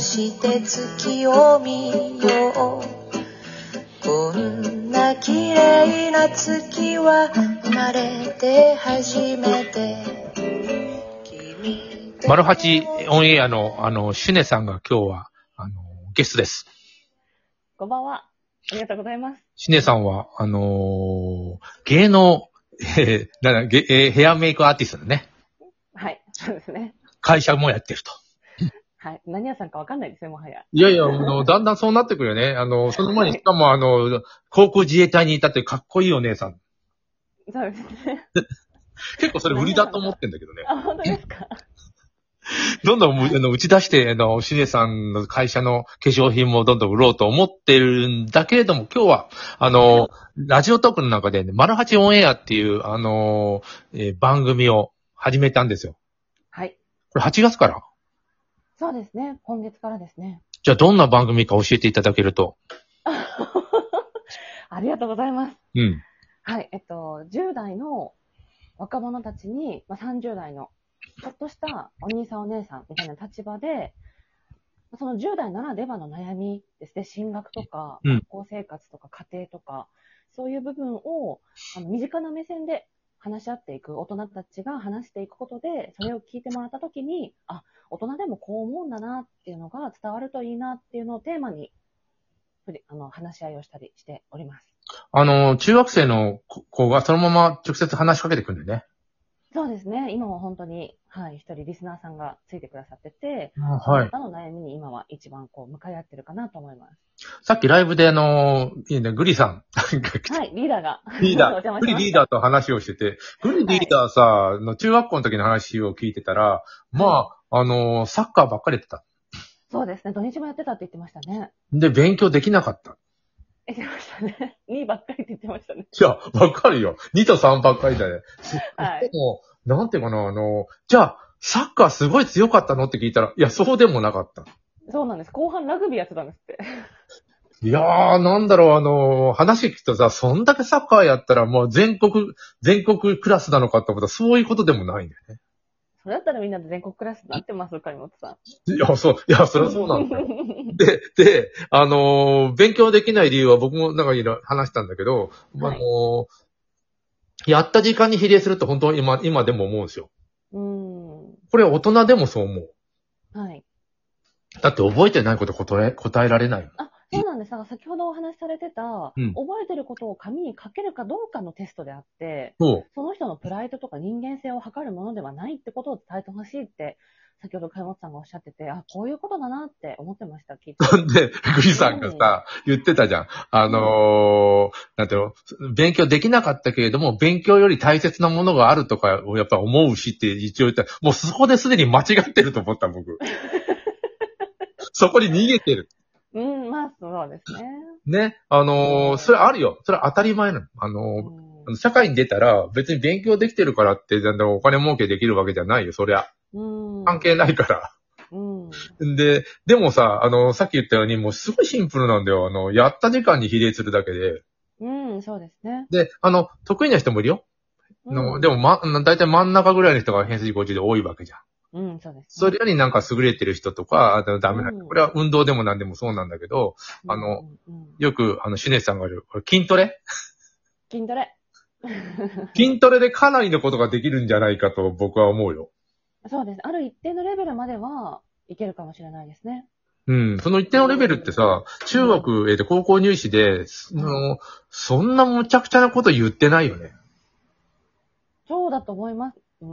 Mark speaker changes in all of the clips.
Speaker 1: して月を見ようこんな綺麗な月は生まれて初めて君
Speaker 2: マルハチオンエアの、あの、シュネさんが今日は、あの、ゲストです。
Speaker 3: こんばんは。ありがとうございます。
Speaker 2: シュネさんは、あのー芸能、 えーなんだげえーヘアメイクアーティストのね、
Speaker 3: はい。そうですね。
Speaker 2: 会社もやってると。
Speaker 3: はい。何屋さんかわかんないですね、もはや。
Speaker 2: いやいや、あの、だんだんそうなってくるよね。あの、その前に、しかもあの、航空自衛隊にいたってかっこいいお姉さん。
Speaker 3: そうですね。
Speaker 2: 結構それ売りだと思ってんだけどね。
Speaker 3: あ、本当ですか。
Speaker 2: どんどんあの打ち出して、あの、シネさんの会社の化粧品もどんどん売ろうと思ってるんだけれども、今日は、あの、ラジオトークの中で、ね、マルハチオンエアっていう、あの、えー番組を始めたんですよ。
Speaker 3: はい。
Speaker 2: これ8月から
Speaker 3: そうですね。今月からですね。
Speaker 2: じゃあどんな番組か教えていただけると。
Speaker 3: ありがとうございます。
Speaker 2: うん。
Speaker 3: はい。えっと、10代の若者たちに、まあ、30代の、ちょっとしたお兄さんお姉さんみたいな立場で、その10代ならではの悩みですね。進学とか、
Speaker 2: うん
Speaker 3: 学校生活とか家庭とか、そういう部分を、あの、身近な目線で話し合っていく、大人たちが話していくことで、それを聞いてもらったときに、あ、大人でもこう思うんだなっていうのが伝わるといいなっていうのをテーマに、ふりあの、話し合いをしたりしております。
Speaker 2: あの、中学生の子子がそのまま直接話しかけてくるんだよね。
Speaker 3: そうですね。今は本当に、はい、一人リスナーさんがついてくださってて、
Speaker 2: は
Speaker 3: あな。たの悩みに今は一番こう、向かい合ってるかなと思います。
Speaker 2: さっきライブであの、いいねグリさん が来て
Speaker 3: はい、リーダーが。
Speaker 2: リー
Speaker 3: お
Speaker 2: ダ
Speaker 3: 邪
Speaker 2: ー、
Speaker 3: 魔
Speaker 2: グ
Speaker 3: し
Speaker 2: リ
Speaker 3: ま
Speaker 2: リー
Speaker 3: し
Speaker 2: ダーと話をしてて、グリリーダーさ、あの中学校の時の話を聞いてたら、まあ、あの、サッカーばっかりやってた。
Speaker 3: た。そうですね。土日もやってたって言ってましたね。
Speaker 2: で、勉強できなかった。
Speaker 3: 言ってましたね。2位ばっ かりって言ってましたね。
Speaker 2: いや、わかるよ。2と3ばっかりだね。
Speaker 3: は
Speaker 2: で。
Speaker 3: い
Speaker 2: も、なんていうかな、あの、じゃあ、サッカーすごい強かったのって聞いたら、いや、そうでもなかった。
Speaker 3: そうなんです。後半ラグビーやってたんですって。
Speaker 2: いやー、なんだろう、あのー話聞くとさ、そんだけサッカーやったら、もう全国、全国クラスなのかと思ったら、そういうことでもないんだよ
Speaker 3: それだったらみんなで全国クラスになってます、金本さん。
Speaker 2: ね。いや、そう、いや、そりゃそうなんだよ。
Speaker 3: ん
Speaker 2: で、で、あのー勉強できない理由は僕もなんかいろいろ話したんだけど、まああ
Speaker 3: はい
Speaker 2: のーやった時間に比例すると本当に今、今でも思うんですよ。
Speaker 3: うん。
Speaker 2: これ大人でもそう思う。
Speaker 3: はい。
Speaker 2: だって覚えてないこと答え、答えられないもん。
Speaker 3: あ、そうなんです。だから先ほどお話しされてた、
Speaker 2: うん
Speaker 3: 覚えてることを紙に書けるかどうかのテストであって、
Speaker 2: そう。
Speaker 3: その人のプライドとか人間性を測るものではないってことを伝えてほしいって、先ほど金本さんがおっしゃってて、あ、こういうことだなって思ってました、きっと。
Speaker 2: で、グリさんがさ、言ってたじゃん。あのーなんていうの、勉強できなかったけれども、勉強より大切なものがあるとかをやっぱ思うしって一応言ったら、もうそこですでに間違ってると思った、 僕。そこに逃げてる。
Speaker 3: うん、まあ、そうですね。
Speaker 2: ね。あのーそれあるよ。それ当たり前なの。あの
Speaker 3: う
Speaker 2: ー社会に出たら別に勉強できてるからって、なんだろうお金儲けできるわけじゃないよ、そりゃ。
Speaker 3: ん。うん
Speaker 2: 関。係ないから。
Speaker 3: うん。
Speaker 2: で、でもさ、あの、さっき言ったように、もうすごいシンプルなんだよ。あの、やった時間に比例するだけで。
Speaker 3: うん、そうですね。で
Speaker 2: で、あの、得意な人もいるよ。ので
Speaker 3: も。
Speaker 2: も、ま、大体真ん中ぐらいの人が偏差値50で多いわけじゃん。
Speaker 3: うん、そうですね。
Speaker 2: それよりなんか優れてる人とか、あのダメな人。
Speaker 3: うん
Speaker 2: これは運動でも何でもそうなんだけど、あの
Speaker 3: うん、うんうん
Speaker 2: よく、あの、シュネさんが言う、これ筋トレ
Speaker 3: 筋トレ。
Speaker 2: 筋トレでかなりのことができるんじゃないかと僕は思うよ。
Speaker 3: そうです。ある一定のレベルまではいけるかもしれないですね。
Speaker 2: うん。その一定のレベルってさ、中学、えっと、高校入試で、その、そんなむちゃくちゃなこと言ってないよね。
Speaker 3: そうだと思います。う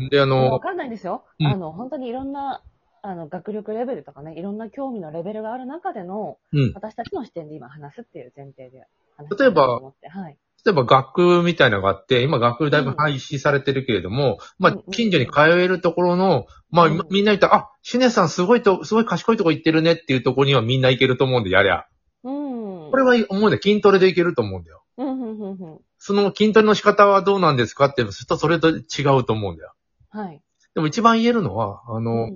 Speaker 3: ーん。
Speaker 2: で、あの、
Speaker 3: わかんないですよ。
Speaker 2: うん
Speaker 3: あの、本当にいろんな、あの、学力レベルとかね、いろんな興味のレベルがある中での、
Speaker 2: うん
Speaker 3: 私たちの視点で今話すっていう前提で話
Speaker 2: 例えば
Speaker 3: してみようと思ってはい。
Speaker 2: 例えば学区みたいなのがあって、今学区だいぶ廃止されてるけれども、ま
Speaker 3: うんうん
Speaker 2: あ、近所に通えるところの、まあ、
Speaker 3: うん
Speaker 2: みんな言ったら、あ、シネさんすごいと、すごい賢いとこ行ってるねっていうところにはみんな行けると思うんで、やりゃ。
Speaker 3: うん。
Speaker 2: これは思うんだよ。筋トレで行けると思うんだよ。
Speaker 3: うん、うん、うん、うん。
Speaker 2: その筋トレの仕方はどうなんですかって、するとそれと違うと思うんだよ。
Speaker 3: はい。
Speaker 2: でも一番言えるのは、あの、
Speaker 3: うん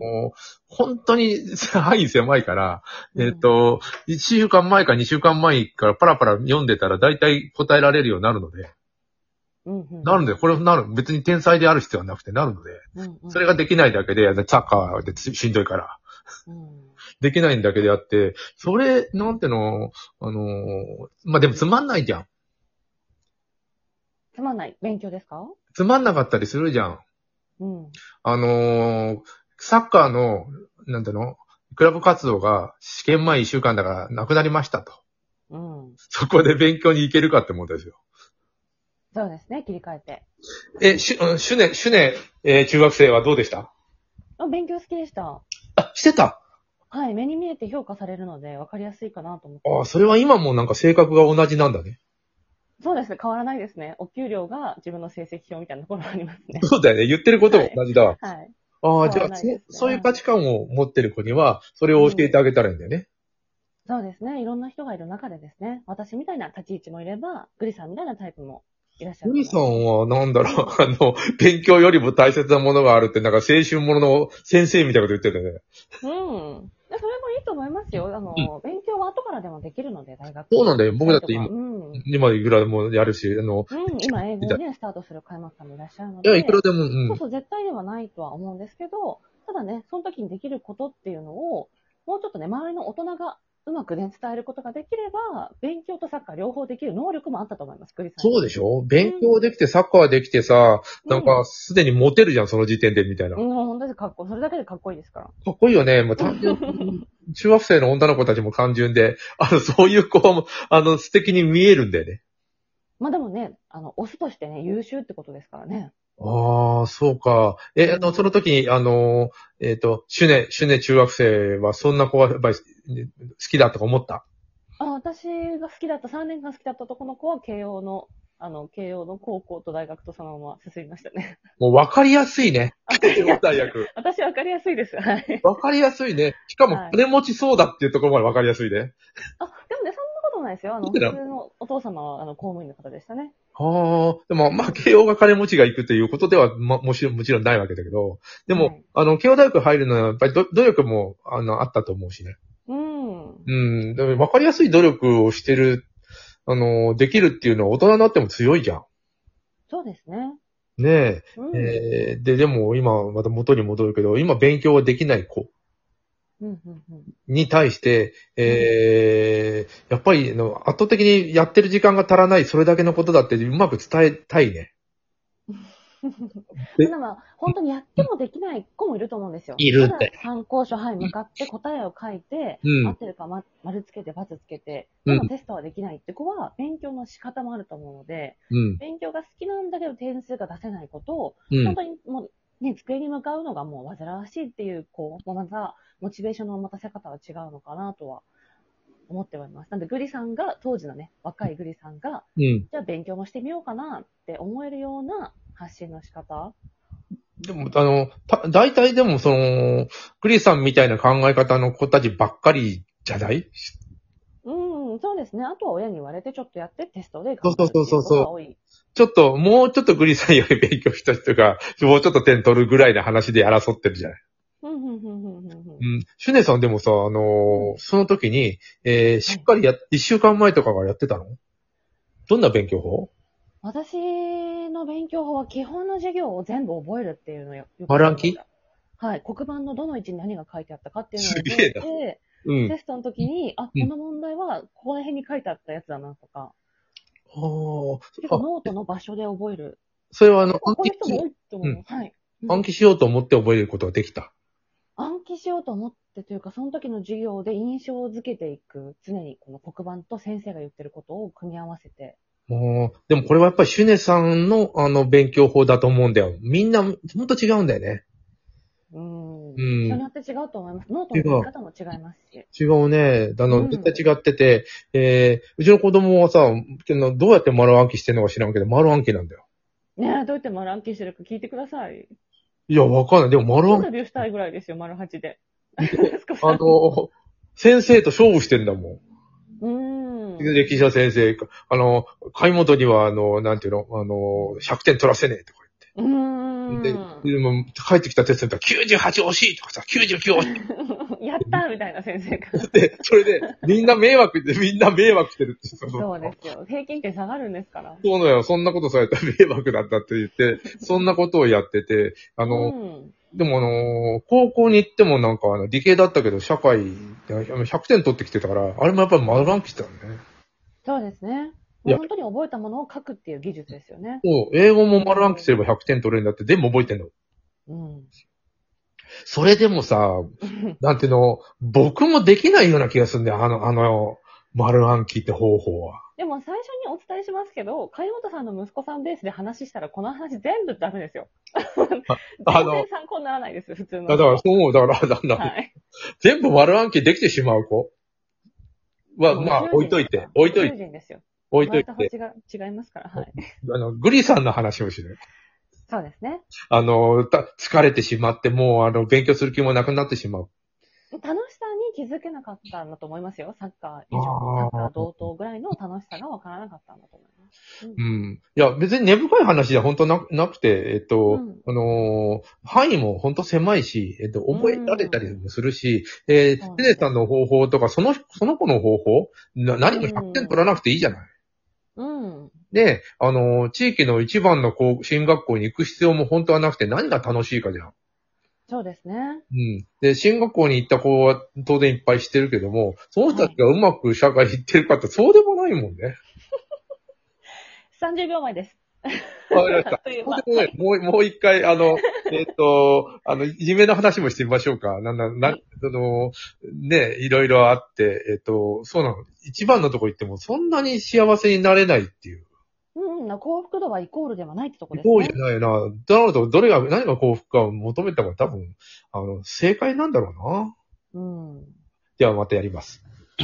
Speaker 2: 本当に 範囲狭いから、
Speaker 3: うん
Speaker 2: えっ、と、1週間前か2週間前からパラパラ読んでたら大体答えられるようになるので、
Speaker 3: うん、うん。
Speaker 2: なるんで、これなる、別に天才である必要はなくてなるので、
Speaker 3: うんうん
Speaker 2: それができないだけで、サッカーでしんどいから、
Speaker 3: うん
Speaker 2: できないんだけであって、それ、なんての、あのー、まあ、でもつまんないじゃん。
Speaker 3: つまんない。勉強ですか
Speaker 2: つまんなかったりするじゃん。
Speaker 3: うん。
Speaker 2: あのー、サッカーの、なんての、クラブ活動が試験前1週間だからなくなりましたと。
Speaker 3: うん。
Speaker 2: そこで勉強に行けるかって思うんですよ。
Speaker 3: そうですね、切り替えて。
Speaker 2: え、しゅ、うんシュネ、シュネ、えー中学生はどうでした
Speaker 3: あ勉強好きでした。
Speaker 2: あ、してた
Speaker 3: はい、目に見えて評価されるので分かりやすいかなと思って。
Speaker 2: ああ、それは今もなんか性格が同じなんだね。。
Speaker 3: そうですね、変わらないですね。お給料が自分の成績表みたいなところがありますね
Speaker 2: そうだよね。言ってることも同じだわ。
Speaker 3: はい。
Speaker 2: ああ、じゃ
Speaker 3: 変
Speaker 2: あ、
Speaker 3: わらない
Speaker 2: そ
Speaker 3: ですね
Speaker 2: そういう価値観を持ってる子には、それを教えてあげたらいいんだよね。
Speaker 3: そうですね、いろんな人がいる中でですね、私みたいな立ち位置もいれば、グリさんみたいなタイプもいらっし
Speaker 2: ふ
Speaker 3: ゃる。
Speaker 2: みさんは、なんだろう、 あの、勉強よりも大切なものがあるって、なんか青春ものの先生みたいなこと言ってたよね。
Speaker 3: うん。でそれもいいと思いますよ。あの、勉強は後からでもできるので、大学。
Speaker 2: そうなんだよ僕だって今
Speaker 3: うん。うん、
Speaker 2: 今いくらでもやるし、あの、
Speaker 3: 今英語をね、スタートする開幕さんもいらっしゃるの
Speaker 2: い
Speaker 3: で。
Speaker 2: や、いくらでも、うん
Speaker 3: そう。そう、絶対ではないとは思うんですけど、ただね、その時にできることっていうのを、もうちょっとね、周りの大人がうまくね、伝えることができれば、勉強とサッカー両方できる能力もあったと思います、栗さん。
Speaker 2: そうでしょ勉強できて、サッカーできてさ、なんか、すでにモテるじゃん、その時点で、みたいな。
Speaker 3: うん、本当にかっこいい。それだけでかっこいいですから。
Speaker 2: かっこいいよね。もう単純、中学生の女の子たちも単純で、あの、そういう子も、あの、素敵に見えるんだよね。
Speaker 3: まあでもね、あの、オスとしてね、優秀ってことですからね。
Speaker 2: ああ、そうか。え、あの、その時に、あの、えっ、と、シュネ、シュネ中学生は、そんな子は、やっぱり、ね好きだとか思った
Speaker 3: あ私が好きだった、3年間好きだった男の子は、慶応の、あの、慶応の高校と大学とそのまま進みましたね。
Speaker 2: もう分かりやすいね。大学。
Speaker 3: 私わかりやすいです。はい。
Speaker 2: 分かりやすいね。しかも
Speaker 3: はい、
Speaker 2: 金持ちそうだっていうところまで分かりやすいね。
Speaker 3: あ、でもね、そんなことないですよ。あの、
Speaker 2: い
Speaker 3: 普
Speaker 2: くら
Speaker 3: 通のお父様は、あの、公務員の方でしたね。
Speaker 2: ああ、でも、まあ、慶応が金持ちが行くということでは、ま、もちろん、もちろんないわけだけど、でも、
Speaker 3: はい
Speaker 2: あの、慶応大学入るのは、やっぱりど努力も、あの、あったと思うしね。
Speaker 3: うん。
Speaker 2: うん、でも分かりやすい努力をしてる、あの、できるっていうのは大人になっても強いじゃん。
Speaker 3: そうですね。
Speaker 2: ね
Speaker 3: うん。
Speaker 2: え。えーで、でも、今、また元に戻るけど、今、勉強はできない子
Speaker 3: うんうんうん
Speaker 2: に対して、えーやっぱり、あの圧倒的にやってる時間が足らない、それだけのことだって、うまく伝えたいね。え
Speaker 3: ただまあ、本当にやってもできない子もいると思うんですよ。
Speaker 2: いるって
Speaker 3: ただ参考書、はい、向かって答えを書いて、
Speaker 2: うん
Speaker 3: 合ってるか、ま、丸つけて、×つけて、
Speaker 2: うん
Speaker 3: でもテストはできないって子は、勉強の仕方もあると思うので、
Speaker 2: うん。
Speaker 3: 勉強が好きなんだけど点数が出せないことを、
Speaker 2: うん
Speaker 3: 本。当にもう、ね、机に向かうのがもう煩わしいっていう、こう、また、モチベーションの持たせ方は違うのかなとは思っております。なんで、グリさんが、当時のね、若いグリさんが、
Speaker 2: うん。
Speaker 3: じゃあ勉強もしてみようかなって思えるような発信の仕方。
Speaker 2: でも、あの、た、大体でもその、クリさんみたいな考え方の子たちばっかりじゃない
Speaker 3: うん、そうですね。あとは親に言われてちょっとやってテストで
Speaker 2: そうそうそうそうそう
Speaker 3: う。い
Speaker 2: ちょっと、もうちょっとクリさんより勉強した人が、 もうちょっと点取るぐらいの話で争ってるじゃない
Speaker 3: うん、うん、うん、うん、うん
Speaker 2: う。ん。シュネさんでもさ、あのーその時に、えー、しっかりや、一週間前とかからやってたのどんな勉強法
Speaker 3: 私の勉強法は基本の授業を全部覚えるっていうのをよよく
Speaker 2: バランキ
Speaker 3: はい。黒板のどの位置に何が書いてあったかっていうのを
Speaker 2: すげ
Speaker 3: 覚
Speaker 2: え
Speaker 3: え
Speaker 2: な
Speaker 3: て、
Speaker 2: うん。あ
Speaker 3: テストの時に、あ、こ
Speaker 2: うん
Speaker 3: の問題はここら辺に書いてあったやつだなとか、
Speaker 2: ー
Speaker 3: 結構
Speaker 2: あ。
Speaker 3: ノートの場所で覚える。
Speaker 2: それはあの、
Speaker 3: こ
Speaker 2: 暗
Speaker 3: う
Speaker 2: 記
Speaker 3: いう人も多いと思う。はい。
Speaker 2: 暗記しようと思って覚えることができた。
Speaker 3: 暗記しようと思ってというか、その時の授業で印象づけていく、常にこの黒板と先生が言ってることを組み合わせて。
Speaker 2: もう、でもこれはやっぱりシュネさんのあの勉強法だと思うんだよ。みんな、ほんと違うんだよね。
Speaker 3: うーん。
Speaker 2: うん
Speaker 3: 人によって違うと思います。ノートの書き方も違いますし。
Speaker 2: 違うね。あの、
Speaker 3: うん
Speaker 2: 絶対違ってて、えー、うちの子供はさ、けどどうやって丸暗記してんのか知らんけど、丸暗記なんだよ。
Speaker 3: ねえ、どうやって丸暗記してるか聞いてください。
Speaker 2: いや、わかんない。でも丸
Speaker 3: イン
Speaker 2: 暗記、
Speaker 3: タビューしたいぐらいですよ、丸八で。
Speaker 2: あの、先生と勝負してんだも
Speaker 3: うーん。
Speaker 2: ん。歴史の先生、あの、貝本には、あの、なんていうの、あの、100点取らせねえとか
Speaker 3: うー
Speaker 2: 言
Speaker 3: ん。
Speaker 2: って。で、でも帰ってきたテストだったら98惜しいとかさ、99惜しい。
Speaker 3: やったみたいな先生が。
Speaker 2: で、それで、みんな迷惑で、みんな迷惑してるって。そ
Speaker 3: そうですよ。平均点下がるんですから。
Speaker 2: そうだよ、そんなことされたら迷惑だったって言って、そんなことをやってて、あ
Speaker 3: う
Speaker 2: の、
Speaker 3: ん。
Speaker 2: でもあのー高校に行ってもなんかあの理系だったけど、社会、100点取ってきてたから、あれもやっぱり丸暗記したね。
Speaker 3: そうですね。
Speaker 2: いや
Speaker 3: 本当に覚えたものを書くっていう技術ですよね。
Speaker 2: そう、英語も丸暗記すれば100点取れるんだって、全部覚えてんの。
Speaker 3: うん。
Speaker 2: それでもさ、なんていうの、僕もできないような気がするんだよ、あの、あの、丸暗記って方法は。
Speaker 3: でも最初にお伝えしますけど、海本さんの息子さんベースで話したら、この話全部ダメですよ。
Speaker 2: あ
Speaker 3: 全
Speaker 2: の
Speaker 3: 然参考にならないです、普通の。
Speaker 2: だから、そう思う、だから、なんだ、
Speaker 3: はい。
Speaker 2: 全部丸暗記できてしまう子は、まあ、
Speaker 3: 宇宙人
Speaker 2: 置いといて、置いとい
Speaker 3: 宇宙
Speaker 2: て、
Speaker 3: 人ですよ。
Speaker 2: 置いとい
Speaker 3: ま
Speaker 2: て
Speaker 3: た、星が違いますから、はい。
Speaker 2: あの、グリさんの話をしない。
Speaker 3: そうですね。
Speaker 2: あの、た疲れてしまって、もう、あの、勉強する気もなくなってしまう。
Speaker 3: 楽しさに気づけなかったんだと思いますよ。サッカー以
Speaker 2: あー
Speaker 3: 上、サッカー同等ぐらいの楽しさがわからなかったんだと思います。
Speaker 2: うん。いや、別に根深い話じゃ本当なくなくて、えっと、
Speaker 3: うん
Speaker 2: あのー範囲も本当狭いし、えっと、覚えられたりもするし、えー
Speaker 3: そうなん
Speaker 2: テ
Speaker 3: だ
Speaker 2: ネさんの方法とか、その、その子の方法、な何も100点取らなくていいじゃない。
Speaker 3: うん。
Speaker 2: で、あのー地域の一番のこう、進学校に行く必要も本当はなくて、何が楽しいかじゃん。
Speaker 3: そうですね。
Speaker 2: うん。で、進学校に行った子は当然いっぱいしてるけども、その人たちがうまく社会行ってるかって、そうでもないもんね。
Speaker 3: 30秒前です。
Speaker 2: わかりました。
Speaker 3: という
Speaker 2: ほん
Speaker 3: ま
Speaker 2: とねもう、もう一回、あの、 えっと、あの、いじめの話もしてみましょうか。なんだ、な
Speaker 3: は
Speaker 2: ん
Speaker 3: い、
Speaker 2: その、ね、いろいろあって、えっと、そうなの。一番のとこ行っても、そんなに幸せになれないっていう。
Speaker 3: うん、うん幸福度はイコールではないってとこですね。
Speaker 2: そうじゃないな。だろうと、どれが、何が幸福かを求めた方が多分、あの、正解なんだろうな。
Speaker 3: うん。
Speaker 2: ではまたやります。